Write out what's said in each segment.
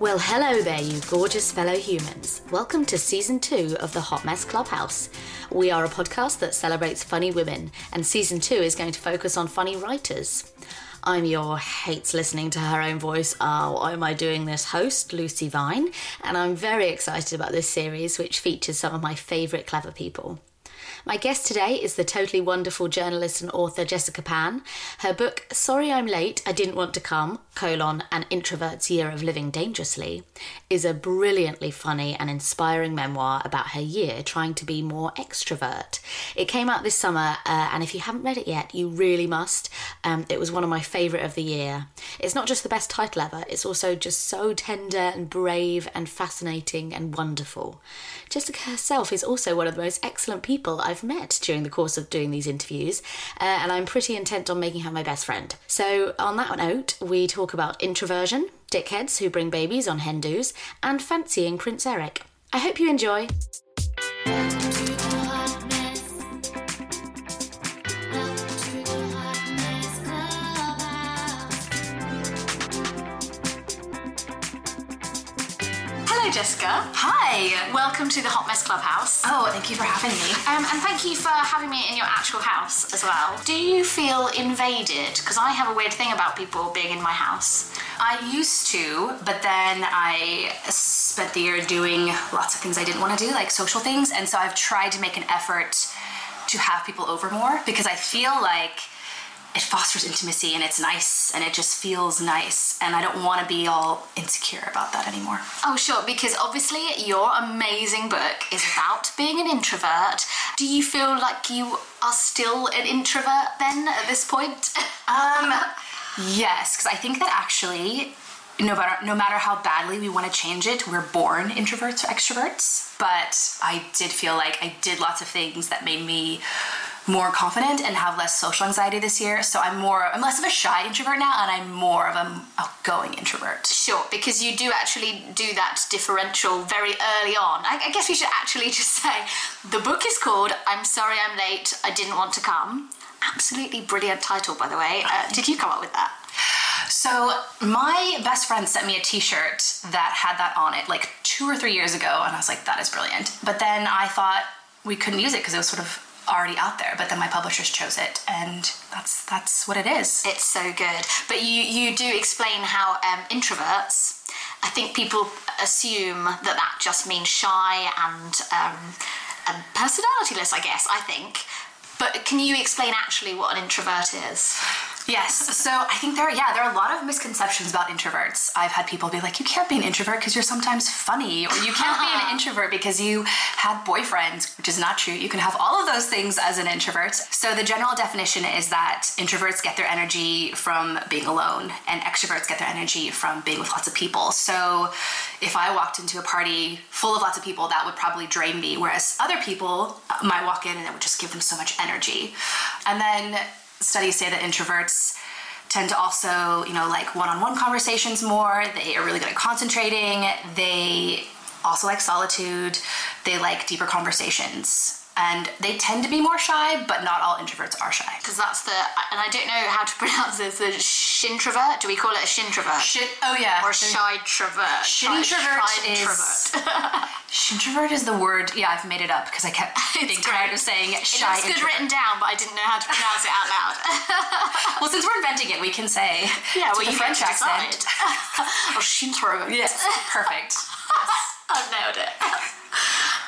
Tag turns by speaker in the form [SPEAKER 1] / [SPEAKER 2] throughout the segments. [SPEAKER 1] Well, hello there, you gorgeous fellow humans. Welcome to season two of the Hot Mess Clubhouse. We are a podcast that celebrates funny women, and season two is going to focus on funny writers. I'm your hates listening to her own voice, oh, why am I doing this host, Lucy Vine, and I'm very excited about this series, which features some of my favourite clever people. My guest today is the totally wonderful journalist and author Jessica Pan. Her book, Sorry I'm Late, I Didn't Want to Come, colon, An Introvert's Year of Living Dangerously, is a brilliantly funny and inspiring memoir about her year trying to be more extrovert. It came out this summer, uh, and if you haven't read it yet, you really must. Um, it was one of my favourite of the year. It's not just the best title ever, it's also just so tender and brave and fascinating and wonderful. Jessica herself is also one of the most excellent people I've met during the course of doing these interviews, uh, and I'm pretty intent on making her my best friend. So, on that note, we talk about introversion, dickheads who bring babies on hen do's, and fancying Prince Eric. I hope you enjoy.
[SPEAKER 2] Hello, Jessica.
[SPEAKER 1] Hi!
[SPEAKER 2] Welcome to the Hot Mess Clubhouse.
[SPEAKER 1] Oh, thank you for having me.
[SPEAKER 2] Um, and thank you for having me in your actual house as well. Do you feel invaded? Because I have a weird thing about people being in my house.
[SPEAKER 1] I used to, but then I spent the year doing lots of things I didn't want to do, like social things, and so I've tried to make an effort to have people over more because I feel like it fosters intimacy and it's nice and it just feels nice and I don't want to be all insecure about that anymore.
[SPEAKER 2] Oh, sure, because obviously your amazing book is about being an introvert. Do you feel like you are still an introvert then at this point? Um,
[SPEAKER 1] Yes, because I think that actually, no matter no matter how badly we want to change it, we're born introverts or extroverts. But I did feel like I did lots of things that made me more confident and have less social anxiety this year. So I'm more, I'm less of a shy introvert now, and I'm more of a outgoing introvert.
[SPEAKER 2] Sure, because you do actually do that differential very early on. I, I guess we should actually just say the book is called I'm Sorry I'm Late, I Didn't Want to Come. Absolutely brilliant title, by the way. Uh, did you come up with that?
[SPEAKER 1] So my best friend sent me a T-shirt that had that on it like two or three years ago, and I was like, that is brilliant. But then I thought we couldn't use it because it was sort of already out there. But then my publishers chose it, and that's that's what it is.
[SPEAKER 2] It's so good. But you, you do explain how um, introverts, I think people assume that that just means shy and um, um, personalityless, I guess, I think. But can you explain actually what an introvert is?
[SPEAKER 1] Yes. So I think there, yeah, there are a lot of misconceptions about introverts. I've had people be like, "You can't be an introvert because you're sometimes funny," or "You can't be an introvert because you had boyfriends," which is not true. You can have all of those things as an introvert. So the general definition is that introverts get their energy from being alone, and extroverts get their energy from being with lots of people. So if I walked into a party full of lots of people, that would probably drain me. Whereas other people uh, might walk in and it would just give them so much energy. And then studies say that introverts tend to also, you know, like one-on-one conversations more. They are really good at concentrating. They also like solitude. They like deeper conversations. And they tend to be more shy, but not all introverts are shy.
[SPEAKER 2] Because that's the, and I don't know how to pronounce this, the shintrovert? Do we call it a shintrovert?
[SPEAKER 1] Shit. Oh yeah.
[SPEAKER 2] or shy trovert?
[SPEAKER 1] Shintrovert is- Shintrovert is the word. Yeah, I've made it up because I kept being tired
[SPEAKER 2] great.
[SPEAKER 1] of saying
[SPEAKER 2] It
[SPEAKER 1] shy
[SPEAKER 2] looks good
[SPEAKER 1] introvert.
[SPEAKER 2] written down, but I didn't know how to pronounce it out loud.
[SPEAKER 1] Well, since we're inventing it, we can say
[SPEAKER 2] Yeah,
[SPEAKER 1] to
[SPEAKER 2] well,
[SPEAKER 1] the
[SPEAKER 2] you
[SPEAKER 1] French
[SPEAKER 2] get to decide.
[SPEAKER 1] accent.
[SPEAKER 2] oh, Shintaro.
[SPEAKER 1] Yes, perfect.
[SPEAKER 2] I've nailed it.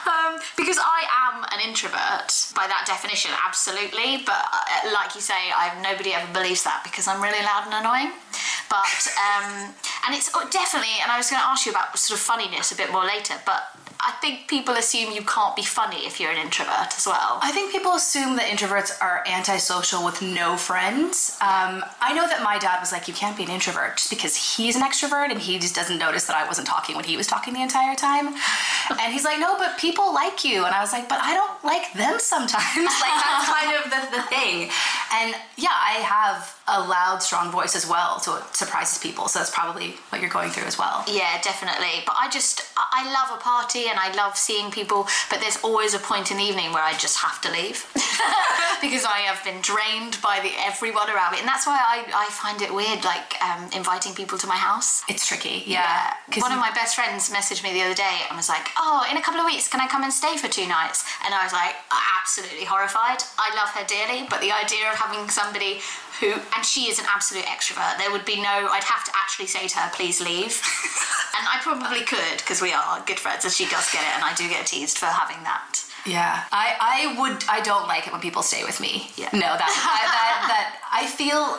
[SPEAKER 2] um, because I am an introvert by that definition, absolutely. But uh, like you say, I've nobody ever believes that because I'm really loud and annoying. But um, and it's oh, definitely, and I was going to ask you about sort of funniness a bit more later, but. I think people assume you can't be funny if you're an introvert as well.
[SPEAKER 1] I think people assume that introverts are antisocial with no friends. Um, I know that my dad was like, "You can't be an introvert just because he's an extrovert and he just doesn't notice that I wasn't talking when he was talking the entire time." and he's like, "No, but people like you," and I was like, "But I don't like them sometimes." like that's kind of the, the thing. And yeah, I have a loud, strong voice as well, so it surprises people. So that's probably what you're going through as well.
[SPEAKER 2] Yeah, definitely. But I just I I love a party and I love seeing people, but there's always a point in the evening where I just have to leave because I have been drained by the everyone around me, and that's why I, I find it weird like um, inviting people to my house.
[SPEAKER 1] It's tricky, yeah. 'Cause
[SPEAKER 2] One of
[SPEAKER 1] you-
[SPEAKER 2] my best friends messaged me the other day and was like, "Oh, in a couple of weeks, can I come and stay for two nights?" And I was like, absolutely horrified. I love her dearly, but the idea of having somebody who and she is an absolute extrovert. There would be no. I'd have to actually say to her, "Please leave," and I probably could because we are good friends, and she does get it, and I do get teased for having that.
[SPEAKER 1] Yeah, I, I would. I don't like it when people stay with me.
[SPEAKER 2] Yeah.
[SPEAKER 1] No, that I, that that I feel.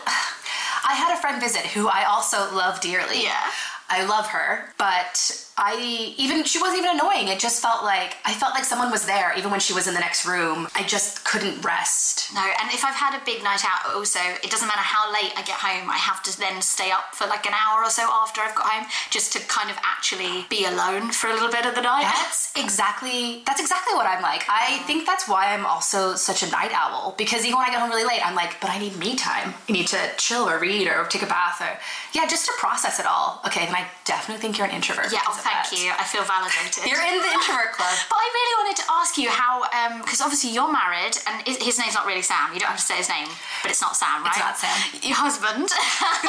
[SPEAKER 1] I had a friend visit who I also love dearly.
[SPEAKER 2] Yeah.
[SPEAKER 1] I love her, but I even she wasn't even annoying. It just felt like I felt like someone was there even when she was in the next room. I just couldn't rest.
[SPEAKER 2] No, and if I've had a big night out, also, it doesn't matter how late I get home, I have to then stay up for like an hour or so after I've got home just to kind of actually be alone for a little bit of the night.
[SPEAKER 1] That's exactly that's exactly what I'm like. I think that's why I'm also such a night owl because even when I get home really late, I'm like, but I need me time. I need to chill or read or take a bath or yeah, just to process it all. Okay, then I definitely think you're an introvert.
[SPEAKER 2] Yeah, oh,
[SPEAKER 1] because of
[SPEAKER 2] thank
[SPEAKER 1] that.
[SPEAKER 2] you. I feel validated.
[SPEAKER 1] You're in the introvert club.
[SPEAKER 2] But I really wanted to ask you how, because obviously you're married, and his, his name's not really Sam. You don't have to say his name, but it's not Sam, right?
[SPEAKER 1] not Sam.
[SPEAKER 2] Your husband.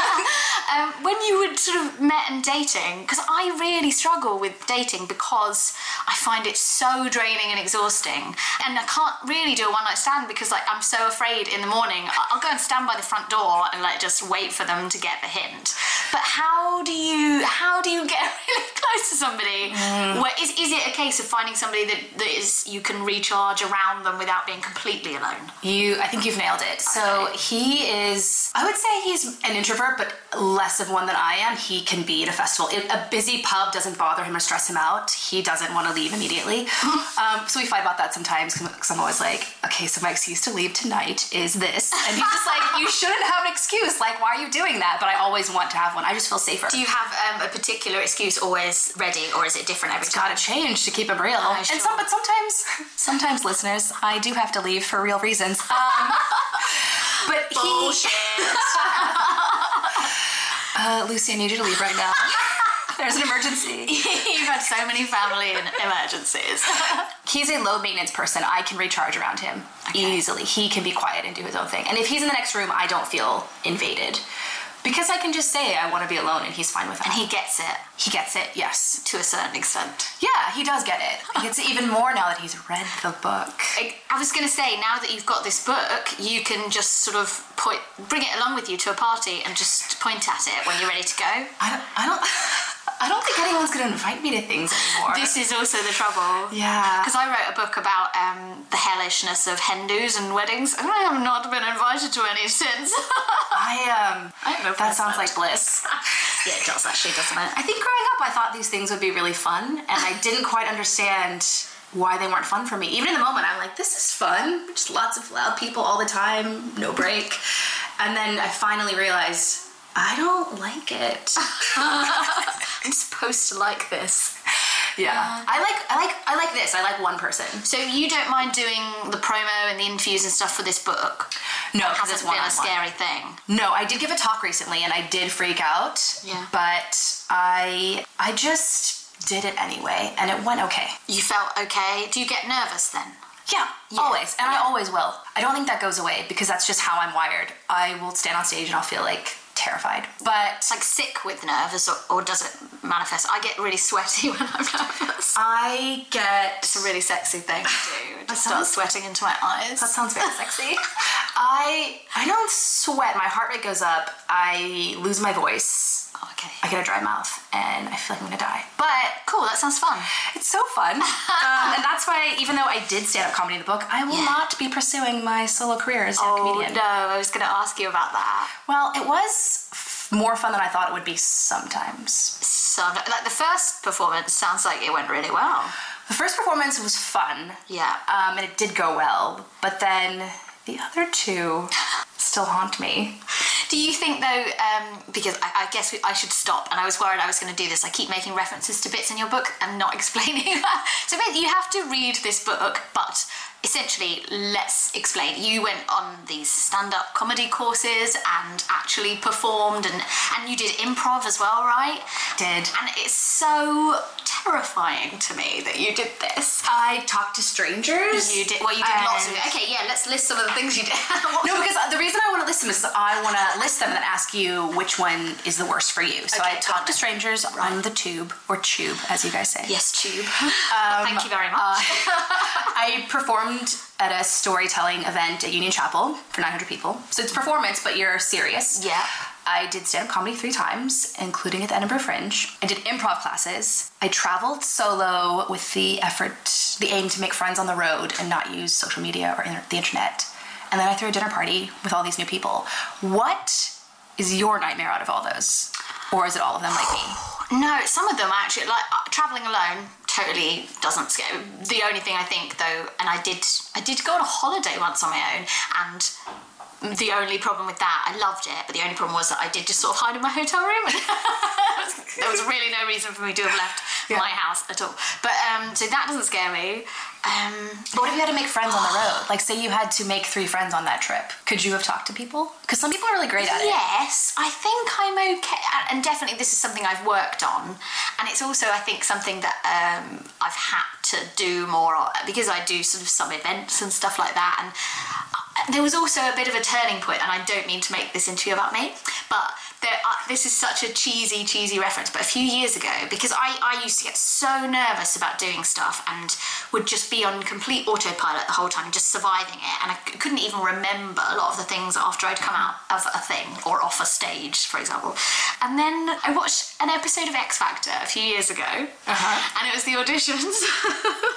[SPEAKER 2] um, when you were sort of met and dating, because I really struggle with dating because I find it so draining and exhausting, and I can't really do a one night stand because like I'm so afraid in the morning I- I'll go and stand by the front door and like just wait for them to get the hint. But how do you how do you get really close to somebody? Where is is it a case of finding somebody that, that is you can recharge around them without being completely alone?
[SPEAKER 1] You, I think you've nailed it. So he is, I would say he's an introvert, but less of one than I am. He can be at a festival. It, a busy pub doesn't bother him or stress him out. He doesn't want to leave immediately. um, so we fight about that sometimes because I'm always like, okay, so my excuse to leave tonight is this. And he's just like, you shouldn't have an excuse. Like, why are you doing that? But I always want to have one. I just feel safer.
[SPEAKER 2] Do you have um, a particular excuse always ready, or is it different every time?
[SPEAKER 1] gotta change to keep it real.
[SPEAKER 2] sure.
[SPEAKER 1] And some, but sometimes, sometimes listeners, I do have to leave for real reasons. Um, but
[SPEAKER 2] Bullshit.
[SPEAKER 1] he, uh, Lucy, I need you to leave right now. There's an emergency.
[SPEAKER 2] You've had so many family and emergencies.
[SPEAKER 1] He's a low maintenance person. I can recharge around him easily. He can be quiet and do his own thing. And if he's in the next room, I don't feel invaded because I can just say I want to be alone, and he's fine with that.
[SPEAKER 2] and he gets it
[SPEAKER 1] he gets it. Yes.
[SPEAKER 2] to a certain extent.
[SPEAKER 1] Yeah, he does get it. He gets it even more now that he's read the book.
[SPEAKER 2] I I was going to say, now that you've got this book, you can just sort of point, bring it along with you to a party and just point at it when you're ready to go.
[SPEAKER 1] I don't, I don't, I don't think anyone's gonna invite me to things anymore.
[SPEAKER 2] This is also the trouble.
[SPEAKER 1] Yeah.
[SPEAKER 2] Because I wrote a book about um, the hellishness of Hindus and weddings, and I have not been invited to any since.
[SPEAKER 1] I um,
[SPEAKER 2] I have no
[SPEAKER 1] that sounds like
[SPEAKER 2] present.
[SPEAKER 1] bliss.
[SPEAKER 2] yeah, it does actually, doesn't
[SPEAKER 1] I
[SPEAKER 2] it?
[SPEAKER 1] think growing up, I thought these things would be really fun, and I didn't quite understand why they weren't fun for me. Even in the moment, I'm like, this is fun. Just lots of loud people all the time, no break. And then I finally realized I don't like it.
[SPEAKER 2] I'm supposed to like this.
[SPEAKER 1] yeah, I like, I like, I like this. I like one person.
[SPEAKER 2] So you don't mind doing the promo and the interviews and stuff for this book?
[SPEAKER 1] No,
[SPEAKER 2] It
[SPEAKER 1] because
[SPEAKER 2] hasn't
[SPEAKER 1] it's
[SPEAKER 2] been
[SPEAKER 1] one
[SPEAKER 2] a scary thing.
[SPEAKER 1] No, I did give a talk recently and I did freak out.
[SPEAKER 2] Yeah.
[SPEAKER 1] But I I just did it anyway and it went okay.
[SPEAKER 2] You felt okay? Do you get nervous then?
[SPEAKER 1] Yeah, always. And I always will. I don't think that goes away because that's just how I'm wired. I will stand on stage and I'll feel like terrified. But
[SPEAKER 2] It's like sick with nervous, or, or does it manifest? I get really sweaty when I'm nervous.
[SPEAKER 1] I get
[SPEAKER 2] It's a really sexy thing to do. Just start
[SPEAKER 1] sounds-
[SPEAKER 2] sweating into my eyes.
[SPEAKER 1] That sounds very sexy. I I don't sweat. My heart rate goes up. I lose my voice.
[SPEAKER 2] Oh, okay.
[SPEAKER 1] I get a dry mouth, and I feel like I'm gonna die. But
[SPEAKER 2] But cool, that sounds fun.
[SPEAKER 1] it's so fun, um, and that's why, even though I did stand up comedy in the book, I will
[SPEAKER 2] Yeah. Oh,
[SPEAKER 1] not be pursuing my solo career as a comedian.
[SPEAKER 2] no, I was going to ask you about that.
[SPEAKER 1] Well, it was f- more fun than I thought it would be sometimes.
[SPEAKER 2] So, like the first performance sounds like it went really well.
[SPEAKER 1] The first performance was fun.
[SPEAKER 2] Yeah.
[SPEAKER 1] Um, and it did go well, but then the other two still haunt me.
[SPEAKER 2] Do you think though, um, because I, I guess we, I should stop, and I was worried I was going to do this. I keep making references to bits in your book and not explaining. so basically, you have to read this book, but essentially, let's explain. You went on these stand-up comedy courses and actually performed, and and you did improv as well, right?
[SPEAKER 1] Did.
[SPEAKER 2] And it's so terrifying to me that you did this.
[SPEAKER 1] I talked to strangers.
[SPEAKER 2] You did well. You did lots of
[SPEAKER 1] and-
[SPEAKER 2] Okay, yeah. Let's list some of the things you did. What-
[SPEAKER 1] No, because the reason I want to list them is I want to list them and then ask you which one is the worst for you. So
[SPEAKER 2] Okay,
[SPEAKER 1] I talked
[SPEAKER 2] got
[SPEAKER 1] to
[SPEAKER 2] it.
[SPEAKER 1] strangers on the tube or tube, as you guys say.
[SPEAKER 2] yes, tube. Um, uh, Well, Thank you very much.
[SPEAKER 1] I performed at a storytelling event at Union Chapel for 900 people. So it's performance, but you're serious.
[SPEAKER 2] Yeah.
[SPEAKER 1] I did stand up comedy three times, including at the Edinburgh Fringe. I did improv classes. I traveled solo with the effort, the aim to make friends on the road and not use social media or inter- the internet. And then I threw a dinner party with all these new people. What is your nightmare out of all those? Or is it all of them like me?
[SPEAKER 2] No, some of them actually like uh, traveling alone totally doesn't scare. The only thing I think though, and I did, I did go on a holiday once on my own, and the only problem with that, I loved it, but the only problem was that I did just sort of hide in my hotel room. there was really no reason for me to have left my house at all. But um, so that doesn't scare me. Um,
[SPEAKER 1] But what if you had to make friends on the road? Like, say you had to make three friends on that trip. Could you have talked to people? Because some people are really great at it.
[SPEAKER 2] Yes, I think I'm okay, and- and definitely this is something I've worked on, and it's also I think something that um, I've had to do more of- because I do sort of some events and stuff like that, and uh, there was also a bit of a turning point, and I don't mean to make this interview about me, but there are, this is such a cheesy, cheesy reference, but a few years ago, because I, I used to get so nervous about doing stuff and would just be on complete autopilot the whole time, just surviving it, and I c- couldn't even remember a lot of the things after I'd come out of a thing or off a stage, for example. And then I watched an episode of X Factor a few years ago, and it was the auditions.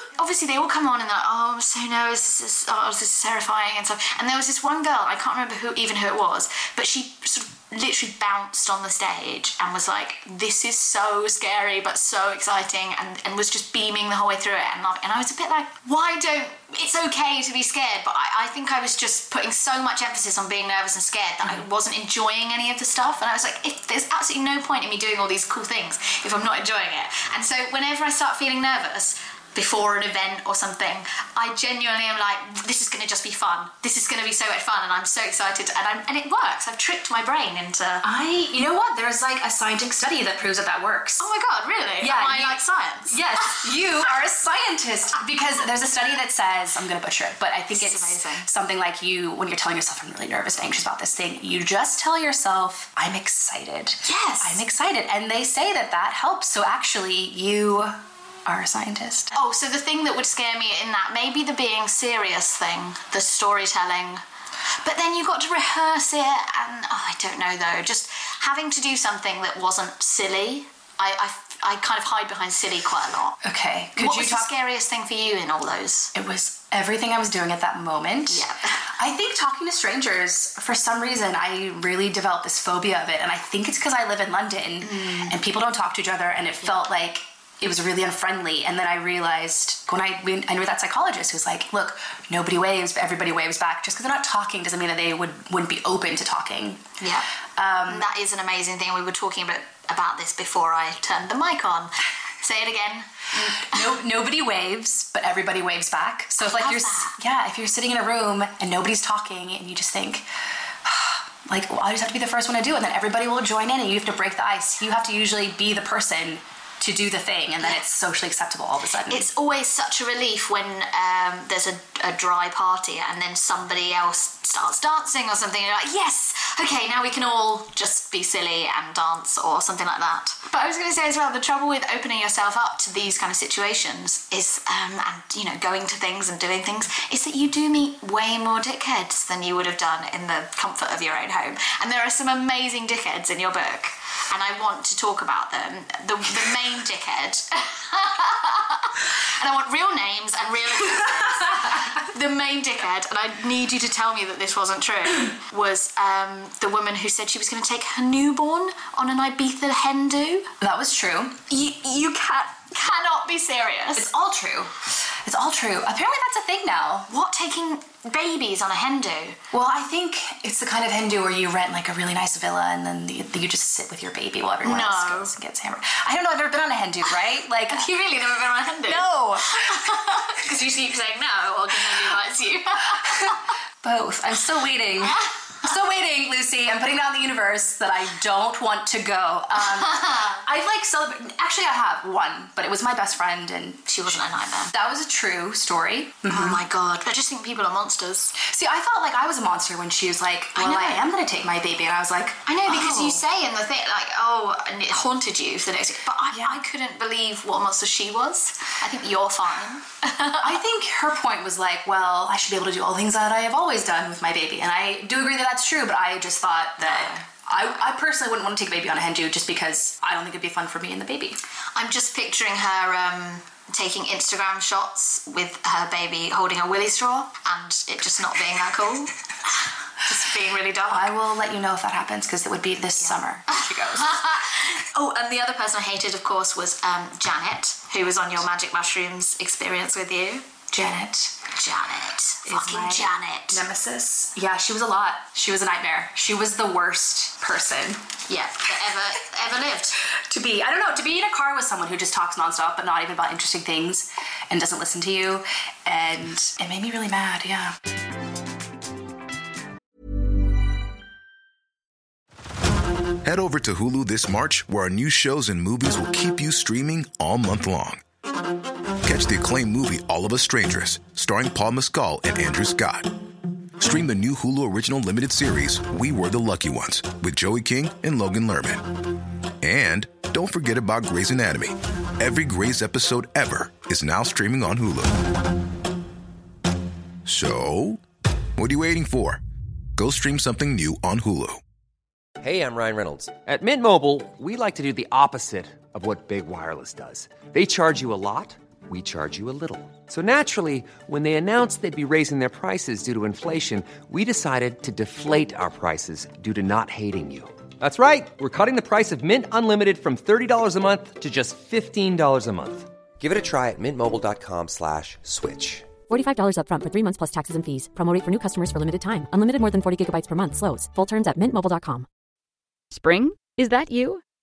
[SPEAKER 2] Obviously, they all come on and they're like, oh, I'm so nervous, this is, oh, this is terrifying, and stuff. And there was this one girl, I can't remember who even who it was, but she sort of literally bounced on the stage and was like, "This is so scary, but so exciting," and, and was just beaming the whole way through it. And I, and I was a bit like, "Why don't? It's okay to be scared." But I, I think I was just putting so much emphasis on being nervous and scared that I wasn't enjoying any of the stuff. And I was like, "If there's absolutely no point in me doing all these cool things if I'm not enjoying it." And so whenever I start feeling nervous. Before an event or something, I genuinely am like, this is going to just be fun. This is going to be so much fun, and I'm so excited. And I'm, and it works. I've tricked my brain into. oh
[SPEAKER 1] I, you know what? There's like a scientific study that proves that that works.
[SPEAKER 2] Oh my god, really?
[SPEAKER 1] Yeah,
[SPEAKER 2] Am I
[SPEAKER 1] you-
[SPEAKER 2] like science.
[SPEAKER 1] Yes, you are a scientist because there's a study that says I'm gonna butcher it, but I think
[SPEAKER 2] This is
[SPEAKER 1] it's
[SPEAKER 2] amazing.
[SPEAKER 1] something like you when you're telling yourself I'm really nervous and anxious about this thing, you just tell yourself I'm excited.
[SPEAKER 2] Yes.
[SPEAKER 1] I'm excited, and they say that that helps. So actually, you are a scientist.
[SPEAKER 2] Oh, so the thing that would scare me in that maybe the being serious thing, the storytelling. But then you got to rehearse it, and oh, I don't know though. Just having to do something that wasn't silly. I, I, I kind of hide behind silly quite a lot.
[SPEAKER 1] Okay, could
[SPEAKER 2] what
[SPEAKER 1] you
[SPEAKER 2] was
[SPEAKER 1] talk?
[SPEAKER 2] the scariest thing for you in all those?
[SPEAKER 1] It was everything I was doing at that moment.
[SPEAKER 2] Yeah.
[SPEAKER 1] I think talking to strangers, for some reason, I really developed this phobia of it. And I think it's because I live in London
[SPEAKER 2] Mm.
[SPEAKER 1] and people don't talk to each other. And it felt like it was really unfriendly. And then I realized when I, when I knew that psychologist who's like, look, nobody waves, but everybody waves back. Just because they're not talking doesn't mean that they would, wouldn't be open to talking.
[SPEAKER 2] Yeah. Um, that is an amazing thing. We were talking about about this before I turned the mic on. Say it again.
[SPEAKER 1] No, nobody waves, but everybody waves back. So if like
[SPEAKER 2] love
[SPEAKER 1] you're, s
[SPEAKER 2] that.
[SPEAKER 1] yeah, if you're sitting in a room and nobody's talking, and you just think, like, well, I just have to be the first one to do it, and then everybody will join in, and you have to break the ice. You have to usually be the person to do the thing, and then it's socially acceptable all of a sudden.
[SPEAKER 2] it's always such a relief when um, there's a, a dry party and then somebody else starts dancing or something. And you're like, yes, okay, now we can all just be silly and dance or something like that. But I was going to say as well, the trouble with opening yourself up to these kind of situations is, um, and you know, going to things and doing things, is that you do meet way more dickheads than you would have done in the comfort of your own home. And there are some amazing dickheads in your book, and I want to talk about them. The, the main dickhead. and I want real names and real addresses. the main dickhead, and I need you to tell me that this wasn't true, was um, the woman who said she was going to take her newborn on an Ibiza hen do.
[SPEAKER 1] That was true.
[SPEAKER 2] You, you can cannot be serious.
[SPEAKER 1] It's all true. It's all true. Apparently, that's a thing now.
[SPEAKER 2] What taking babies on a hen do?
[SPEAKER 1] Well, I think it's the kind of Hindu where you rent like a really nice villa and then you, you just sit with your baby while everyone else
[SPEAKER 2] No.
[SPEAKER 1] goes and gets hammered. I don't know. I've never been on a Hindu, right? Like,
[SPEAKER 2] Have you really never been on a hen do?
[SPEAKER 1] no.
[SPEAKER 2] Because you keep saying no, or can nobody likes you?
[SPEAKER 1] Both. I'm still waiting. I'm still waiting, Lucy. I'm putting it out in the universe that I don't want to go. Um, I've like celebrated. Actually, I have one, but it was my best friend, and
[SPEAKER 2] she wasn't a nightmare.
[SPEAKER 1] that was a true story.
[SPEAKER 2] Oh my god. I just think people are monsters.
[SPEAKER 1] See, I felt like I was a monster when she was like, "Well,
[SPEAKER 2] know.
[SPEAKER 1] I, am gonna take my baby," and I was like,
[SPEAKER 2] I know because
[SPEAKER 1] "Oh."
[SPEAKER 2] you say in the thing like, oh, and it haunted you for the next. But I,
[SPEAKER 1] Yeah.
[SPEAKER 2] I couldn't believe what a monster she was. I think you're fine.
[SPEAKER 1] I think her point was like, well, I should be able to do all the things that I have always done with my baby. And I do agree that that's true, but I just thought that I, I personally wouldn't want to take a baby on a hen do just because I don't think it'd be fun for me and the baby.
[SPEAKER 2] I'm just picturing her um, taking Instagram shots with her baby holding a willy straw, and it just not being that cool. just being really dark.
[SPEAKER 1] I will let you know if that happens because it would be this summer. She goes.
[SPEAKER 2] oh, and the other person I hated, of course, was um, Janet, who was on your magic mushrooms experience with you.
[SPEAKER 1] Janet.
[SPEAKER 2] Janet, fucking
[SPEAKER 1] my
[SPEAKER 2] Janet.
[SPEAKER 1] Nemesis. Yeah, she was a lot. She was a nightmare. She was the worst person
[SPEAKER 2] yeah, that ever ever lived.
[SPEAKER 1] to be. I don't know, to be in a car with someone who just talks nonstop but not even about interesting things and doesn't listen to you. And it made me really mad, yeah.
[SPEAKER 3] Head over to Hulu this March, where our new shows and movies will keep you streaming all month long. Catch the acclaimed movie All of Us Strangers, starring Paul Mescal and Andrew Scott. Stream the new Hulu original limited series We Were the Lucky Ones with Joey King and Logan Lerman. And don't forget about Grey's Anatomy. Every Grey's episode ever is now streaming on Hulu. So, what are you waiting for? Go stream something new on Hulu.
[SPEAKER 4] Hey, I'm Ryan Reynolds. At Mint Mobile, we like to do the opposite of what Big Wireless does. They charge you a lot, we charge you a little. So naturally, when they announced they'd be raising their prices due to inflation, we decided to deflate our prices due to not hating you. That's right. We're cutting the price of Mint Unlimited from $30 a month to just $15 a month. Give it a try at mintmobile.com slash switch.
[SPEAKER 5] $45 upfront for three months plus taxes and fees. Promo rate for new customers for limited time. Unlimited more than 40 gigabytes per month. Slows. Full terms at mintmobile.com.
[SPEAKER 6] Spring? Is that you?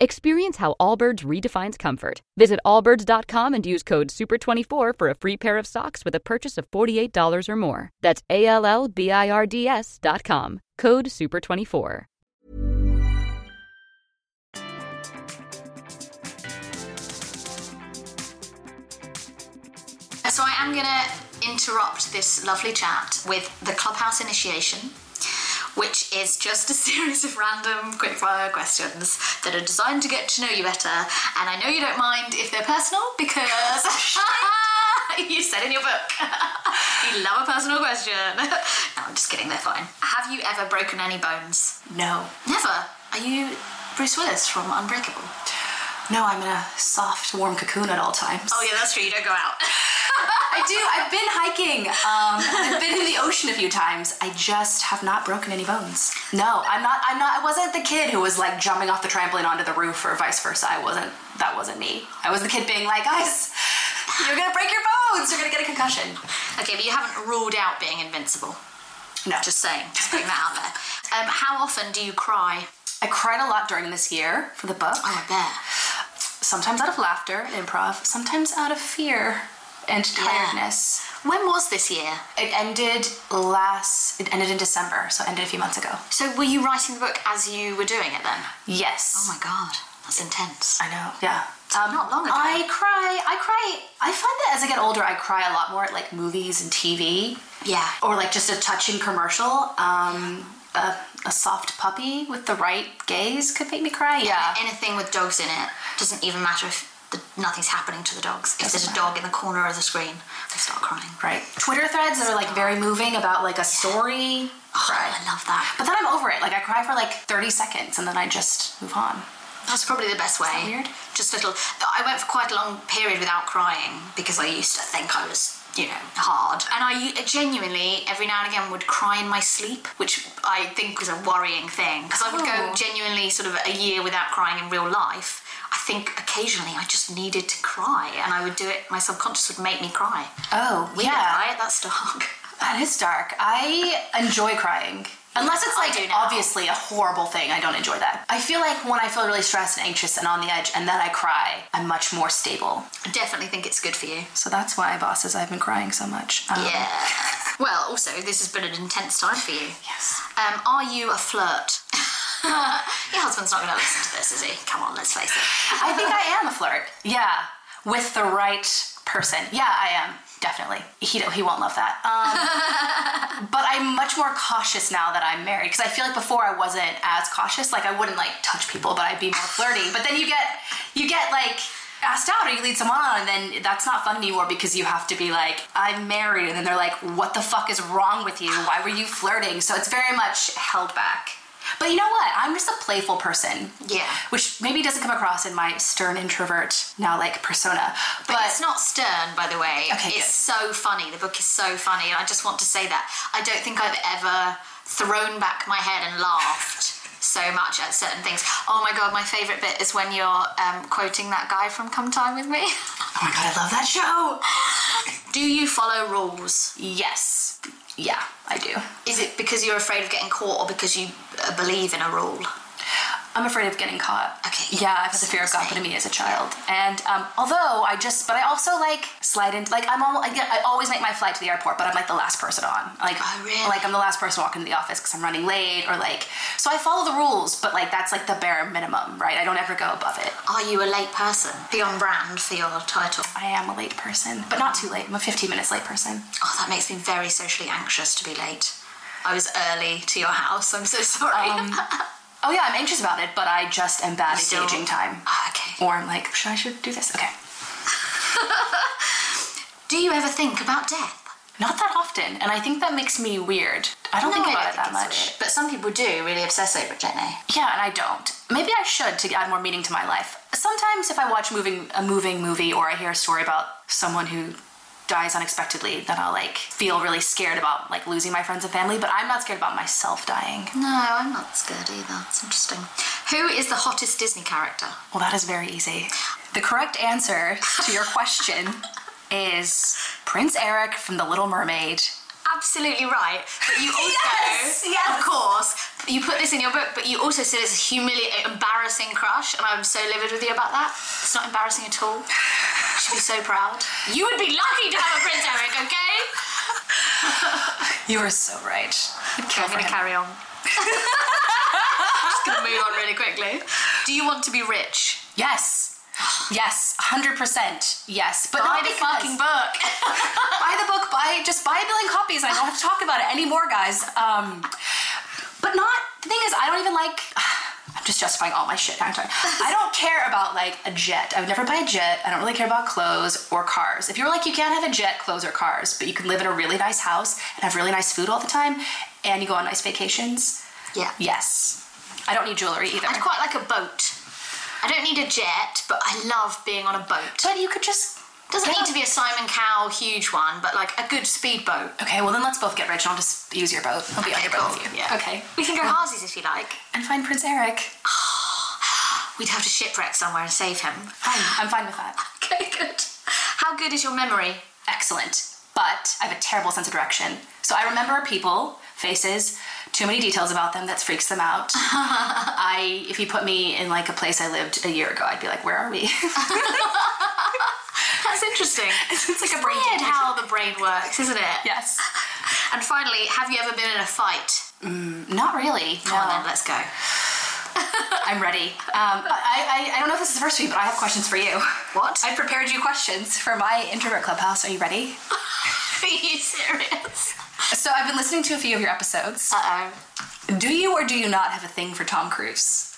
[SPEAKER 6] Experience how Allbirds redefines comfort. Visit allbirds.com and use code SUPER24 for a free pair of socks with a purchase of $48 or more. That's A L L B I R D S dot com. Code SUPER24.
[SPEAKER 2] Uh, So I am going to interrupt this lovely chat with the Clubhouse Initiation, which is just a series of random quickfire questions that are designed to get to know you better. And I know you don't mind if they're personal because you said in your book you love a personal question. no, I'm just kidding. They're fine. Have you ever broken any bones?
[SPEAKER 1] No.
[SPEAKER 2] Never. Are you Bruce Willis from Unbreakable?
[SPEAKER 1] No, I'm in a soft, warm cocoon at all times.
[SPEAKER 2] Oh yeah, that's true. You don't go out.
[SPEAKER 1] I do. I've been hiking. Um, I've been in the ocean a few times. I just have not broken any bones. No, I'm not. I'm not. I wasn't the kid who was like jumping off the trampoline onto the roof or vice versa. I wasn't. That wasn't me. I was the kid being like, guys, you're gonna break your bones. You're gonna get a concussion.
[SPEAKER 2] Okay, but you haven't ruled out being invincible.
[SPEAKER 1] No,
[SPEAKER 2] Just saying, just putting that out there. Um, how often do you cry?
[SPEAKER 1] I cried a lot during this year for the book.
[SPEAKER 2] Oh, I bet.
[SPEAKER 1] Sometimes out of laughter and improv, sometimes out of fear and tiredness.
[SPEAKER 2] When was this year?
[SPEAKER 1] It ended last. It ended in December, so it ended a few months ago.
[SPEAKER 2] So were you writing the book as you were doing it then?
[SPEAKER 1] Yes.
[SPEAKER 2] Oh my god, that's intense.
[SPEAKER 1] I know. Yeah. Um,
[SPEAKER 2] not long ago.
[SPEAKER 1] I cry. I cry. I find that as I get older, I cry a lot more at like movies and TV,
[SPEAKER 2] Yeah.
[SPEAKER 1] or like just a touching commercial. Um, a, a soft puppy with the right gaze could make me cry. Yeah.
[SPEAKER 2] Uh, Anything with dogs in it doesn't even matter if the, nothing's happening to the dogs. If there's a dog in the corner of the screen, I start crying.
[SPEAKER 1] Right. Twitter threads that are like very moving about like a story.
[SPEAKER 2] Oh,
[SPEAKER 1] Cry.
[SPEAKER 2] I love that.
[SPEAKER 1] But then I'm over it. Like I cry for like 30 seconds and then I just move on.
[SPEAKER 2] That's probably the best way.
[SPEAKER 1] that weird?
[SPEAKER 2] Just little. I went for quite a long period without crying because I used to think I was, you know, hard. And I genuinely, every now and again, would cry in my sleep, which I think was a worrying thing because I
[SPEAKER 1] Oh.
[SPEAKER 2] would go genuinely sort of a year without crying in real life. I think occasionally I just needed to cry, and I would do it. My subconscious would make me cry.
[SPEAKER 1] Oh,
[SPEAKER 2] Weird, right? That's dark.
[SPEAKER 1] That is dark. I enjoy crying. Unless it's
[SPEAKER 2] I
[SPEAKER 1] like
[SPEAKER 2] do now.
[SPEAKER 1] obviously a horrible thing, I don't enjoy that. I feel like when I feel really stressed and anxious and on the edge and then I cry, I'm much more stable.
[SPEAKER 2] I definitely think it's good for you.
[SPEAKER 1] So that's why, bosses, I've been crying so much. Um,
[SPEAKER 2] Yeah. Well, also, this has been an intense time for you.
[SPEAKER 1] Yes.
[SPEAKER 2] Um, are you a flirt? Your husband's not going to listen to this, is he? Come on, let's face it.
[SPEAKER 1] I think I am a flirt. Yeah, with the right person. Yeah, I am definitely. He he won't love that. Um, but I'm much more cautious now that I'm married because I feel like before I wasn't as cautious. Like I wouldn't like touch people, but I'd be more flirty. But then you get you get like asked out or you lead someone on and then that's not fun anymore because you have to be like i'm married and then they're like what the fuck is wrong with you why were you flirting so it's very much held back but you know what i'm just a playful person
[SPEAKER 2] Yeah.
[SPEAKER 1] which maybe doesn't come across in my stern introvert now like persona but,
[SPEAKER 2] But it's not stern, by the way.
[SPEAKER 1] Okay,
[SPEAKER 2] it's
[SPEAKER 1] good.
[SPEAKER 2] so funny. The book is so funny, and I just want to say that I don't think I've ever thrown back my head and laughed so much at certain things. Oh my god, my favourite bit is when you're um, quoting that guy from Come Time with Me.
[SPEAKER 1] oh my god i love that show
[SPEAKER 2] Do you follow rules?
[SPEAKER 1] yes yeah i do
[SPEAKER 2] Is it because you're afraid of getting caught, or because you uh, believe in a rule?
[SPEAKER 1] i'm afraid of getting caught
[SPEAKER 2] Okay.
[SPEAKER 1] yeah i've had the fear of god put in me as a child and um, although i just but i also like slide into like i'm almost I, get- I always make my flight to the airport but i'm like the last person on like
[SPEAKER 2] Oh, really?
[SPEAKER 1] like i'm the last person walking to the office because i'm running late or like so i follow the rules but like that's like the bare minimum right i don't ever go above it
[SPEAKER 2] Are you a late person? Be on brand for your title.
[SPEAKER 1] i am a late person but not too late i'm a 15 minutes late person
[SPEAKER 2] Oh, that makes me very socially anxious to be late. I was early to your house. I'm so sorry.
[SPEAKER 1] Oh yeah, I'm anxious about it, but I just am bad at
[SPEAKER 2] Still-
[SPEAKER 1] gauging time.
[SPEAKER 2] Ah, okay.
[SPEAKER 1] Or I'm like, should I should do this? Okay.
[SPEAKER 2] Do you ever think about death?
[SPEAKER 1] Not that often, and I think that makes me weird. I don't think about it that much.
[SPEAKER 2] But some people do really obsess over it, don't they?
[SPEAKER 1] Yeah, and I don't. Maybe I should to add more meaning to my life. Sometimes if I watch moving a moving movie or I hear a story about someone who dies unexpectedly, then I'll like feel really scared about like losing my friends and family, but I'm not scared about myself dying.
[SPEAKER 2] No, I'm not scared either. It's interesting. Who is the hottest Disney character?
[SPEAKER 1] Well, that is very easy. The correct answer to your question is Prince Eric from The Little Mermaid.
[SPEAKER 2] Absolutely right. But you also,
[SPEAKER 1] Yes, yes.
[SPEAKER 2] of course, you put this in your book, but you also said it's a humiliating, embarrassing crush, and I'm so livid with you about that. It's not embarrassing at all. You should be so proud. You would be lucky to have a Oh, Prince Eric, okay?
[SPEAKER 1] You are so right.
[SPEAKER 2] Okay, I'm going to carry on. Just going to move on really quickly. Do you want to be rich?
[SPEAKER 1] Yes. Yes, 100%. Yes. But
[SPEAKER 2] Buy
[SPEAKER 1] not
[SPEAKER 2] the
[SPEAKER 1] because-
[SPEAKER 2] fucking book.
[SPEAKER 1] buy the book, buy just buy a billion copies. I don't have to talk about it anymore, guys. Um, but not the thing is, I don't even like. I'm just justifying all my shit. I'm sorry. I don't care about like a jet. I would never buy a jet. I don't really care about clothes or cars. If you're like you can't have a jet, clothes, or cars, but you can live in a really nice house and have really nice food all the time, and you go on nice vacations.
[SPEAKER 2] Yeah.
[SPEAKER 1] Yes. I don't need jewelry either.
[SPEAKER 2] I'd quite like a boat. I don't need a jet, but I love being on a boat.
[SPEAKER 1] but you could just
[SPEAKER 2] Doesn't
[SPEAKER 1] Yeah.
[SPEAKER 2] need to be a Simon Cowell huge one, but like a good speedboat.
[SPEAKER 1] Okay, well then let's both get rich and I'll just use your boat. I'll be on your boat with you.
[SPEAKER 2] Yeah.
[SPEAKER 1] Okay.
[SPEAKER 2] We can go Harsies if you like.
[SPEAKER 1] And find Prince Eric.
[SPEAKER 2] We'd have to shipwreck somewhere and save him.
[SPEAKER 1] Fine. I'm fine with that.
[SPEAKER 2] Okay, good. How good is your memory?
[SPEAKER 1] excellent, but I have a terrible sense of direction. So I remember people, faces, too many details about them that freaks them out. I if you put me in like a place I lived a year ago, I'd be like, where are we?
[SPEAKER 2] That's interesting.
[SPEAKER 1] It's like a brain
[SPEAKER 2] Weird
[SPEAKER 1] damage.
[SPEAKER 2] how the brain works, isn't it?
[SPEAKER 1] yes.
[SPEAKER 2] And finally, have you ever been in a fight?
[SPEAKER 1] Not really.
[SPEAKER 2] Mm. Come on
[SPEAKER 1] no.
[SPEAKER 2] then, let's go.
[SPEAKER 1] I'm ready. Um, I, I, I don't know if this is the first week, but I have questions for you.
[SPEAKER 2] What?
[SPEAKER 1] I prepared you questions for my introvert clubhouse. Are you ready?
[SPEAKER 2] Are you serious?
[SPEAKER 1] So I've been listening to a few of your episodes.
[SPEAKER 2] Uh oh.
[SPEAKER 1] Do you or do you not have a thing for Tom Cruise?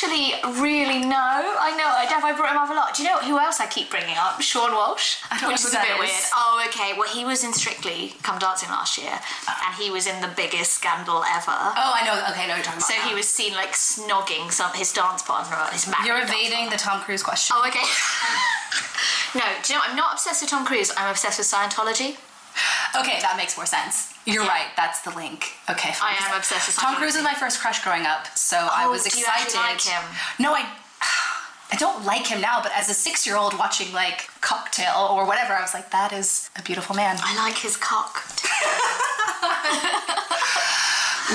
[SPEAKER 2] Actually, really, no. I know. I have. I brought him up a lot. Do you know who else I keep bringing up? Sean Walsh,
[SPEAKER 1] I don't
[SPEAKER 2] which
[SPEAKER 1] know who
[SPEAKER 2] is a
[SPEAKER 1] that
[SPEAKER 2] bit
[SPEAKER 1] is.
[SPEAKER 2] weird. Oh, okay. Well, he was in Strictly Come Dancing last year, and he was in the biggest scandal ever.
[SPEAKER 1] Oh, I know. Okay, I know what you're talking about.
[SPEAKER 2] so he
[SPEAKER 1] now.
[SPEAKER 2] was seen like snogging some his dance partner, his married
[SPEAKER 1] You're
[SPEAKER 2] dance
[SPEAKER 1] evading the Tom Cruise question.
[SPEAKER 2] Oh, okay. no, do you know what? I'm not obsessed with Tom Cruise. I'm obsessed with Scientology.
[SPEAKER 1] Okay, that makes more sense. You're right. That's the link. Okay,
[SPEAKER 2] I
[SPEAKER 1] fine.
[SPEAKER 2] am obsessed with
[SPEAKER 1] Tom
[SPEAKER 2] Scientology.
[SPEAKER 1] Cruise was my first crush growing up, so I
[SPEAKER 2] Oh,
[SPEAKER 1] was
[SPEAKER 2] do you
[SPEAKER 1] excited.
[SPEAKER 2] actually like him?
[SPEAKER 1] No, I. I don't like him now, but as a six-year-old watching like Cocktail or whatever, I was like, "That is a beautiful man."
[SPEAKER 2] I like his cock.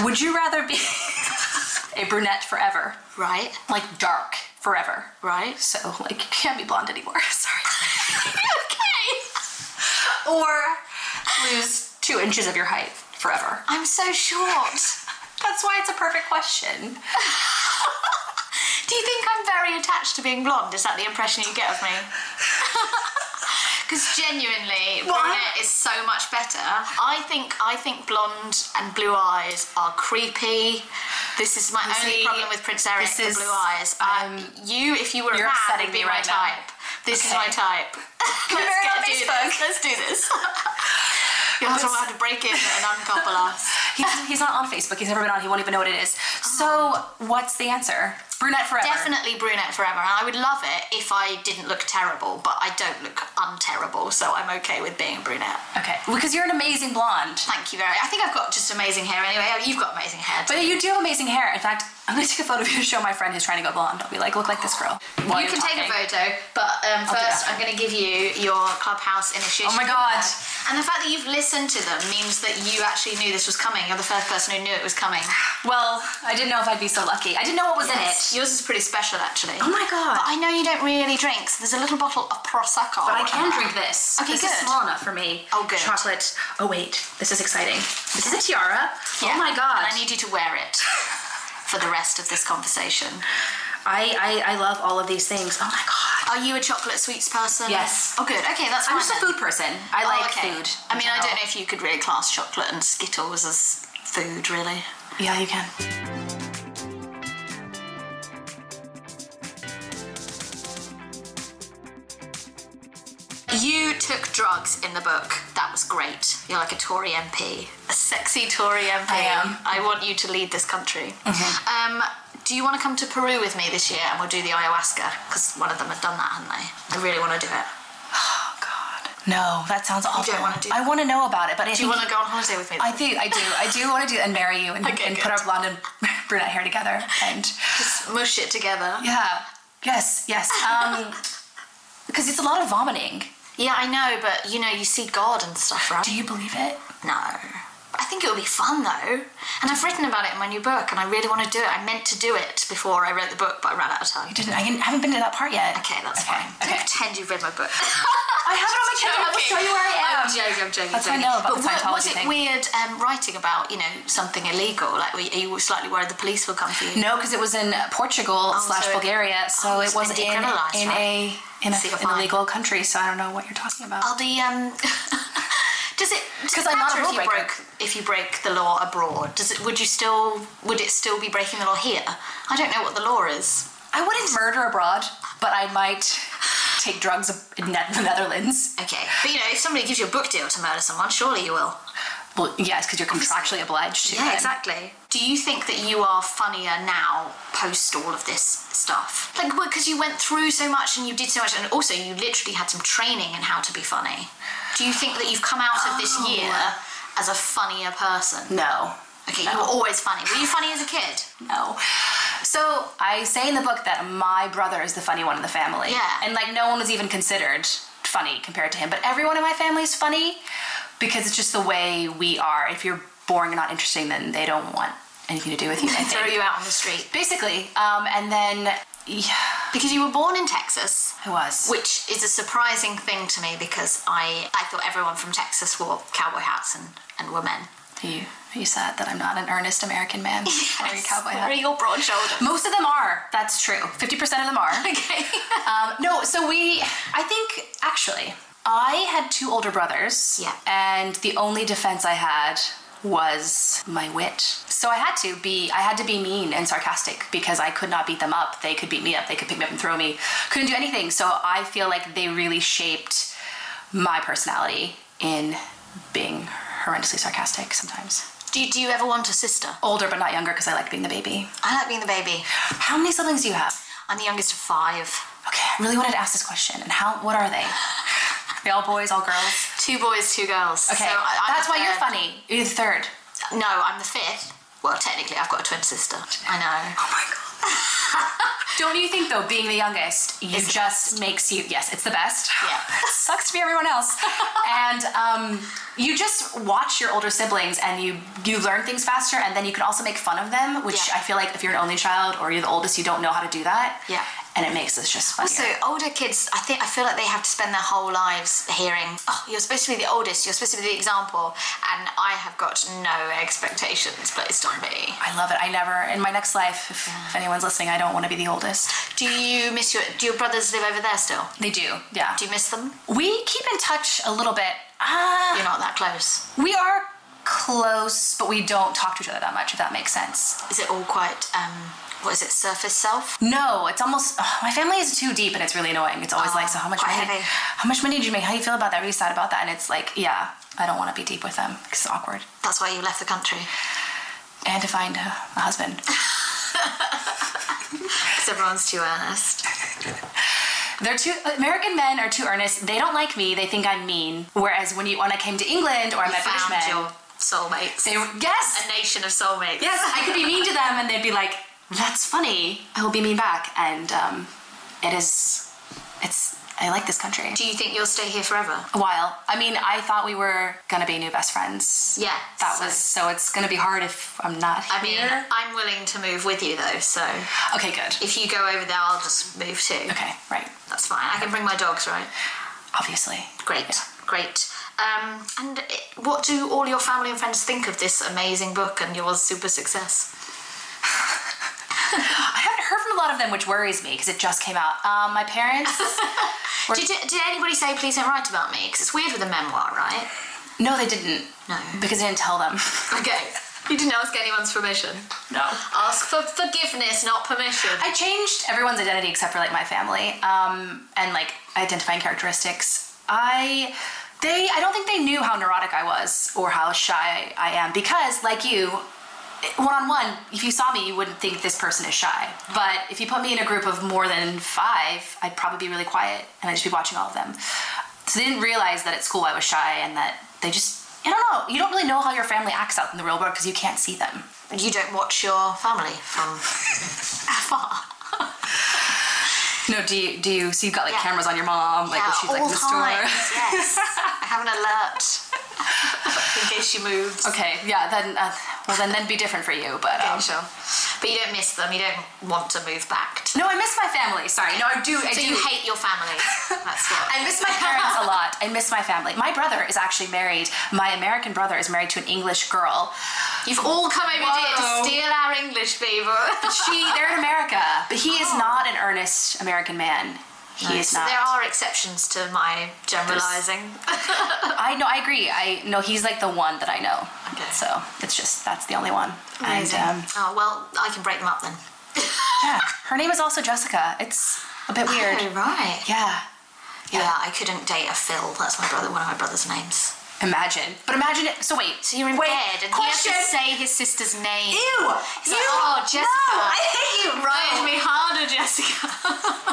[SPEAKER 1] Would you rather be a brunette forever,
[SPEAKER 2] Right,
[SPEAKER 1] like dark forever?
[SPEAKER 2] right.
[SPEAKER 1] So like you can't be blonde anymore. Sorry.
[SPEAKER 2] okay.
[SPEAKER 1] or lose two inches of your height forever.
[SPEAKER 2] I'm so short.
[SPEAKER 1] That's why it's a perfect question.
[SPEAKER 2] Do you think I'm very attached to being blonde? Is that the impression you get of me? Because genuinely,
[SPEAKER 1] Well, I'm-
[SPEAKER 2] brunette is so much better. I think I think blonde and blue eyes are creepy. This is my
[SPEAKER 1] You
[SPEAKER 2] only
[SPEAKER 1] see,
[SPEAKER 2] problem with Prince Eric.
[SPEAKER 1] this
[SPEAKER 2] The
[SPEAKER 1] is-
[SPEAKER 2] blue eyes. Um,
[SPEAKER 1] I'm-
[SPEAKER 2] you, if you were a
[SPEAKER 1] you're
[SPEAKER 2] man,
[SPEAKER 1] upsetting
[SPEAKER 2] would be
[SPEAKER 1] me
[SPEAKER 2] my
[SPEAKER 1] right now.
[SPEAKER 2] type. This is
[SPEAKER 1] Okay.
[SPEAKER 2] my type.
[SPEAKER 1] we
[SPEAKER 2] Let's
[SPEAKER 1] marry
[SPEAKER 2] get
[SPEAKER 1] on
[SPEAKER 2] do this.
[SPEAKER 1] Facebook?
[SPEAKER 2] Let's do this. You'll have to, we'll have to break in and uncouple us.
[SPEAKER 1] He's, he's not on Facebook. He's never been on. He won't even know what it is. So
[SPEAKER 2] Uh-huh.
[SPEAKER 1] what's the answer? Brunette forever.
[SPEAKER 2] Definitely brunette forever, and I would love it if I didn't look terrible, but I don't look unterrible, so I'm okay with being a brunette.
[SPEAKER 1] Okay, because you're an amazing blonde.
[SPEAKER 2] Thank you very I think I've got just amazing hair anyway. Oh, You've got amazing hair. too.
[SPEAKER 1] But you do have amazing hair. In fact, I'm gonna take a photo of you to show my friend who's trying to go blonde. I'll be like, look like this girl. while
[SPEAKER 2] you
[SPEAKER 1] you're
[SPEAKER 2] can take a
[SPEAKER 1] talking.
[SPEAKER 2] photo, but um,
[SPEAKER 1] do that.
[SPEAKER 2] first I'm going to give you your clubhouse initiation.
[SPEAKER 1] Oh my God.
[SPEAKER 2] card. And the fact that you've listened to them means that you actually knew this was coming. You're the first person who knew it was coming.
[SPEAKER 1] Well, I didn't know if I'd be so lucky. I didn't know what was in it.
[SPEAKER 2] Yours is pretty special, actually.
[SPEAKER 1] Oh my God.
[SPEAKER 2] But I know you don't really drink, so there's a little bottle of prosecco.
[SPEAKER 1] But I can drink this.
[SPEAKER 2] Okay,
[SPEAKER 1] this is
[SPEAKER 2] good.
[SPEAKER 1] small enough for me.
[SPEAKER 2] Oh, good.
[SPEAKER 1] Chocolate. Oh wait, this is exciting. This is a tiara.
[SPEAKER 2] Yeah.
[SPEAKER 1] Oh my god.
[SPEAKER 2] And I need you to wear it for the rest of this conversation.
[SPEAKER 1] I, I I love all of these things. Oh my god.
[SPEAKER 2] Are you a chocolate sweets person?
[SPEAKER 1] Yes.
[SPEAKER 2] Oh, good. Okay, that's fine.
[SPEAKER 1] I'm just a
[SPEAKER 2] then.
[SPEAKER 1] food person. I
[SPEAKER 2] Oh,
[SPEAKER 1] like
[SPEAKER 2] okay.
[SPEAKER 1] food.
[SPEAKER 2] I mean, I don't know if you could really class chocolate and Skittles as food, really.
[SPEAKER 1] Yeah, you can.
[SPEAKER 2] You took drugs in the book. That was great. You're like a Tory MP, a sexy Tory MP.
[SPEAKER 1] I am.
[SPEAKER 2] I want you to lead this country. Um, do you want to come to Peru with me this year and we'll do the ayahuasca? Because one of them had done that, hadn't they? I really want to do it.
[SPEAKER 1] Oh god. No, that sounds awful.
[SPEAKER 2] don't wanna do
[SPEAKER 1] I want to know about it, but I
[SPEAKER 2] Do you
[SPEAKER 1] think-
[SPEAKER 2] want to go on holiday with me?
[SPEAKER 1] I think I do. I do want to do and marry you and,
[SPEAKER 2] Okay,
[SPEAKER 1] and
[SPEAKER 2] good.
[SPEAKER 1] put our blonde and brunette hair together and
[SPEAKER 2] Just mush it together.
[SPEAKER 1] yeah. Yes, yes. Um because it's a lot of vomiting.
[SPEAKER 2] Yeah, I know, but you know, you see God and stuff, right?
[SPEAKER 1] Do you believe it?
[SPEAKER 2] No. I think it would be fun though. And I've written about it in my new book and I really want to do it. I meant to do it before I wrote the book, but I ran out of time.
[SPEAKER 1] I didn't I haven't been to that part yet.
[SPEAKER 2] Okay, that's fine.
[SPEAKER 1] Okay.
[SPEAKER 2] Don't pretend you've read my book.
[SPEAKER 1] I have it on my
[SPEAKER 2] Just
[SPEAKER 1] camera. I will
[SPEAKER 2] joking.
[SPEAKER 1] show you where I am.
[SPEAKER 2] I'm joking, I'm joking.
[SPEAKER 1] That's what I
[SPEAKER 2] joking.
[SPEAKER 1] know about
[SPEAKER 2] but
[SPEAKER 1] the
[SPEAKER 2] wa- was
[SPEAKER 1] Scientology
[SPEAKER 2] it
[SPEAKER 1] thing.
[SPEAKER 2] weird um, writing about, you know, something illegal? Like, were you- are you slightly worried the police will come for you?
[SPEAKER 1] No, because it was in Portugal slash
[SPEAKER 2] Oh, so it-
[SPEAKER 1] Bulgaria, so
[SPEAKER 2] oh,
[SPEAKER 1] it
[SPEAKER 2] it's
[SPEAKER 1] was
[SPEAKER 2] been
[SPEAKER 1] in in
[SPEAKER 2] decriminalised,
[SPEAKER 1] a in
[SPEAKER 2] So you're
[SPEAKER 1] a, an
[SPEAKER 2] fine.
[SPEAKER 1] illegal country. So I don't know what you're talking about.
[SPEAKER 2] Are the, um... Does it does
[SPEAKER 1] 'Cause
[SPEAKER 2] it
[SPEAKER 1] I'm not a
[SPEAKER 2] matter if
[SPEAKER 1] rule
[SPEAKER 2] you
[SPEAKER 1] breaker.
[SPEAKER 2] broke if you break the law abroad? Does it would you still would it still be breaking the law here? I don't know what the law is.
[SPEAKER 1] I wouldn't murder abroad, but I might take drugs in Ne- the Netherlands.
[SPEAKER 2] Okay, but you know, if somebody gives you a book deal to murder someone, surely you will.
[SPEAKER 1] Well, yes, because you're contractually obliged to. it.
[SPEAKER 2] exactly. Do you think that you are funnier now post all of this stuff? Like, because you went through so much and you did so much, and also you literally had some training in how to be funny. Do you think that you've come out of this year as a funnier person?
[SPEAKER 1] No.
[SPEAKER 2] Okay, you were always funny. Were you funny as a kid?
[SPEAKER 1] No. So I say in the book that my brother is the funny one in the family.
[SPEAKER 2] Yeah.
[SPEAKER 1] And like no one was even considered funny compared to him, but everyone in my family is funny because it's just the way we are. If you're boring and not interesting, then they don't want anything to do with you. I
[SPEAKER 2] Throw
[SPEAKER 1] think.
[SPEAKER 2] you out on the street.
[SPEAKER 1] Basically, um, and then yeah,
[SPEAKER 2] Because you were born in Texas,
[SPEAKER 1] I was.
[SPEAKER 2] which is a surprising thing to me because I, I thought everyone from Texas wore cowboy hats and, and were men.
[SPEAKER 1] Are you, are you sad that I'm not an earnest American man? Or a cowboy hat?
[SPEAKER 2] Wearing your broad shoulder.
[SPEAKER 1] Most of them are. That's true. 50% of them are.
[SPEAKER 2] Okay.
[SPEAKER 1] Um, no, so we, I think, actually, I had two older brothers.
[SPEAKER 2] Yeah.
[SPEAKER 1] And the only defense I had was my wit. So I had to be, I had to be mean and sarcastic because I could not beat them up. They could beat me up. They could pick me up and throw me. Couldn't do anything. So I feel like they really shaped my personality in being horrendously sarcastic sometimes.
[SPEAKER 2] Do, do you ever want a sister?
[SPEAKER 1] Older but not younger because I like being the baby.
[SPEAKER 2] I like being the baby.
[SPEAKER 1] How many siblings do you have?
[SPEAKER 2] I'm the youngest of five.
[SPEAKER 1] Okay, I really wanted to ask this question. And how? What are they? they all boys, all girls.
[SPEAKER 2] Two boys, two girls.
[SPEAKER 1] Okay,
[SPEAKER 2] So I- I'm
[SPEAKER 1] that's
[SPEAKER 2] the
[SPEAKER 1] why you're
[SPEAKER 2] third.
[SPEAKER 1] funny. You're the third.
[SPEAKER 2] No, I'm the fifth. Well, technically, I've got a twin sister. I know.
[SPEAKER 1] Oh my god. Don't you think though, being the youngest, you
[SPEAKER 2] It's the
[SPEAKER 1] just makes you yes, it's the best.
[SPEAKER 2] Yeah.
[SPEAKER 1] It sucks to be everyone else. and um, you just watch your older siblings, and you you learn things faster, and then you can also make fun of them, which
[SPEAKER 2] Yeah.
[SPEAKER 1] I feel like if you're an only child or you're the oldest, you don't know how to do that.
[SPEAKER 2] Yeah.
[SPEAKER 1] And it makes us just funnier.
[SPEAKER 2] Also, older kids, I think I feel like they have to spend their whole lives hearing, "Oh, you're supposed to be the oldest. You're supposed to be the example," and I have got no expectations placed on me.
[SPEAKER 1] I love it. I never in my next life, if,
[SPEAKER 2] Mm.
[SPEAKER 1] if anyone's listening, I don't want to be the oldest.
[SPEAKER 2] Do you miss your? Do your brothers live over there still?
[SPEAKER 1] They do, yeah.
[SPEAKER 2] Do you miss them?
[SPEAKER 1] We keep in touch a little bit. Ah,
[SPEAKER 2] You're not that close.
[SPEAKER 1] we are close, but we don't talk to each other that much. If that makes sense.
[SPEAKER 2] Is it all quite? Um, what is it? Surface self?
[SPEAKER 1] No, it's almost ugh, my family is too deep, and it's really annoying. It's always like, so how much
[SPEAKER 2] quite
[SPEAKER 1] money?
[SPEAKER 2] heavy.
[SPEAKER 1] How much money did you make? How do you feel about that? Are you sad about that? And it's like, yeah, I don't want to be deep with them 'cause it's awkward.
[SPEAKER 2] That's why you left the country.
[SPEAKER 1] And to find a, a husband.
[SPEAKER 2] Because everyone's too earnest.
[SPEAKER 1] They're too American men are too earnest. They don't like me. They think I'm mean. Whereas when you when I came to England or I
[SPEAKER 2] You
[SPEAKER 1] met British
[SPEAKER 2] found
[SPEAKER 1] men,
[SPEAKER 2] your soulmates.
[SPEAKER 1] they were yes,
[SPEAKER 2] a nation of soulmates.
[SPEAKER 1] Yes, I could be mean to them, and they'd be like, "That's funny." I will be mean back, and um, it is. It's. I like this country.
[SPEAKER 2] Do you think you'll stay here forever?
[SPEAKER 1] A while. I mean, I thought we were gonna be new best friends.
[SPEAKER 2] Yeah,
[SPEAKER 1] That
[SPEAKER 2] so-
[SPEAKER 1] was so. It's gonna be hard if I'm not
[SPEAKER 2] I mean,
[SPEAKER 1] here.
[SPEAKER 2] I'm willing to move with you though, so
[SPEAKER 1] okay, good.
[SPEAKER 2] if you go over there, I'll just move too.
[SPEAKER 1] Okay, right.
[SPEAKER 2] That's fine. I can bring my dogs, right?
[SPEAKER 1] Obviously.
[SPEAKER 2] Great,
[SPEAKER 1] Yeah.
[SPEAKER 2] great. Um, and it- what do all your family and friends think of this amazing book and your super success?
[SPEAKER 1] I haven't heard from a lot of them, which worries me because it just came out. Um, my parents. Or-
[SPEAKER 2] Did, did anybody say, please don't write about me? Because it's weird with a memoir, right?
[SPEAKER 1] no, they didn't.
[SPEAKER 2] No.
[SPEAKER 1] Because I didn't tell them.
[SPEAKER 2] Okay. You didn't ask anyone's permission.
[SPEAKER 1] no.
[SPEAKER 2] Ask for forgiveness, not permission.
[SPEAKER 1] I changed everyone's identity except for like my family um, and like identifying characteristics. I they I don't think they knew how neurotic I was or how shy I am because like you one on one if you saw me you wouldn't think this person is shy but if you put me in a group of more than 5 I'd probably be really quiet and I'd just be watching all of them. So they didn't realize that at school I was shy and that they just I don't know. You don't really know how your family acts out in the real world because you can't see them.
[SPEAKER 2] you don't watch your family from afar.
[SPEAKER 1] No, do you do you so you've got like
[SPEAKER 2] Yeah.
[SPEAKER 1] cameras on your mom, like
[SPEAKER 2] Yeah,
[SPEAKER 1] when she's like in
[SPEAKER 2] all
[SPEAKER 1] the store?
[SPEAKER 2] times, yes. I have an alert in case she moves.
[SPEAKER 1] Okay, yeah, then uh, well then that'd be different for you, but um,
[SPEAKER 2] Okay, sure. But you don't miss them. You don't want to move back. To-
[SPEAKER 1] no, I miss my family. Sorry, no, I do. I
[SPEAKER 2] so
[SPEAKER 1] do.
[SPEAKER 2] you hate your family. That's what.
[SPEAKER 1] I miss my parents a lot. I miss my family. My brother is actually married. My American brother is married to an English girl.
[SPEAKER 2] You've all come over here
[SPEAKER 1] Whoa.
[SPEAKER 2] to steal our English people.
[SPEAKER 1] She, they're in America, but he is not an earnest American man. He is
[SPEAKER 2] So
[SPEAKER 1] not.
[SPEAKER 2] Oh. There are exceptions to my generalising.
[SPEAKER 1] I know. I agree. I know he's like the one that I know.
[SPEAKER 2] Okay.
[SPEAKER 1] So it's just that's the only one.
[SPEAKER 2] Amazing.
[SPEAKER 1] And um,
[SPEAKER 2] oh well, I can break them up then.
[SPEAKER 1] yeah, her name is also Jessica. It's a bit weird.
[SPEAKER 2] Oh, right.
[SPEAKER 1] Yeah.
[SPEAKER 2] Yeah. I couldn't date a Phil. That's my brother. One of my brother's names.
[SPEAKER 1] Imagine. But imagine it. So wait.
[SPEAKER 2] So you're in
[SPEAKER 1] wait,
[SPEAKER 2] bed and
[SPEAKER 1] question.
[SPEAKER 2] he has to say his sister's name.
[SPEAKER 1] Ew. you,
[SPEAKER 2] He's like, oh, Jessica.
[SPEAKER 1] No, I hate you.
[SPEAKER 2] Ride me harder, Jessica.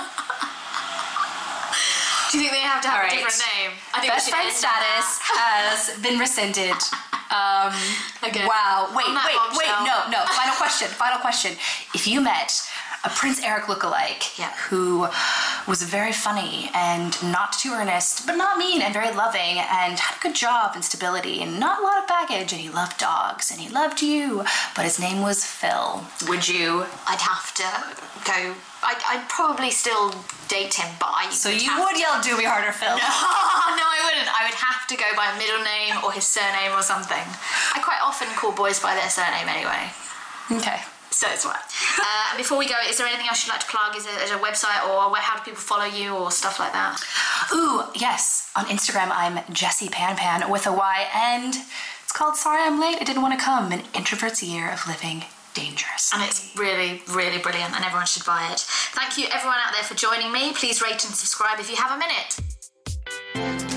[SPEAKER 2] Do you think they have to have
[SPEAKER 1] All right.
[SPEAKER 2] a different name? I think we
[SPEAKER 1] Best
[SPEAKER 2] should
[SPEAKER 1] friend
[SPEAKER 2] end
[SPEAKER 1] status
[SPEAKER 2] on
[SPEAKER 1] has been rescinded. Um,
[SPEAKER 2] Okay.
[SPEAKER 1] Wow. Wait.
[SPEAKER 2] On that
[SPEAKER 1] Wait. Wait. No.
[SPEAKER 2] bombshell.
[SPEAKER 1] No. Final question. Final question. If you met a Prince Eric lookalike
[SPEAKER 2] Yeah.
[SPEAKER 1] who was very funny and not too earnest, but not mean and very loving and had a good job and stability and not a lot of baggage. And he loved dogs and he loved you, but his name was Phil. Would you?
[SPEAKER 2] I'd have to go. I'd, I'd probably still date him, but I
[SPEAKER 1] So
[SPEAKER 2] would
[SPEAKER 1] you
[SPEAKER 2] have
[SPEAKER 1] would
[SPEAKER 2] to-
[SPEAKER 1] yell, do me harder, Phil.
[SPEAKER 2] Oh, no, I wouldn't. I would have to go by middle name or his surname or something. I quite often call boys by their surname anyway.
[SPEAKER 1] Okay.
[SPEAKER 2] So it's what. Uh, before we go, is there anything else you'd like to plug? Is there, is there a website or where, how do people follow you or stuff like that?
[SPEAKER 1] Ooh, yes. On Instagram, I'm Jessie Pan Pan with a Y, and it's called Sorry I'm Late, I Didn't Want to Come An Introvert's Year of Living Dangerous.
[SPEAKER 2] And it's really, really brilliant, and everyone should buy it. Thank you, everyone out there, for joining me. Please rate and subscribe if you have a minute.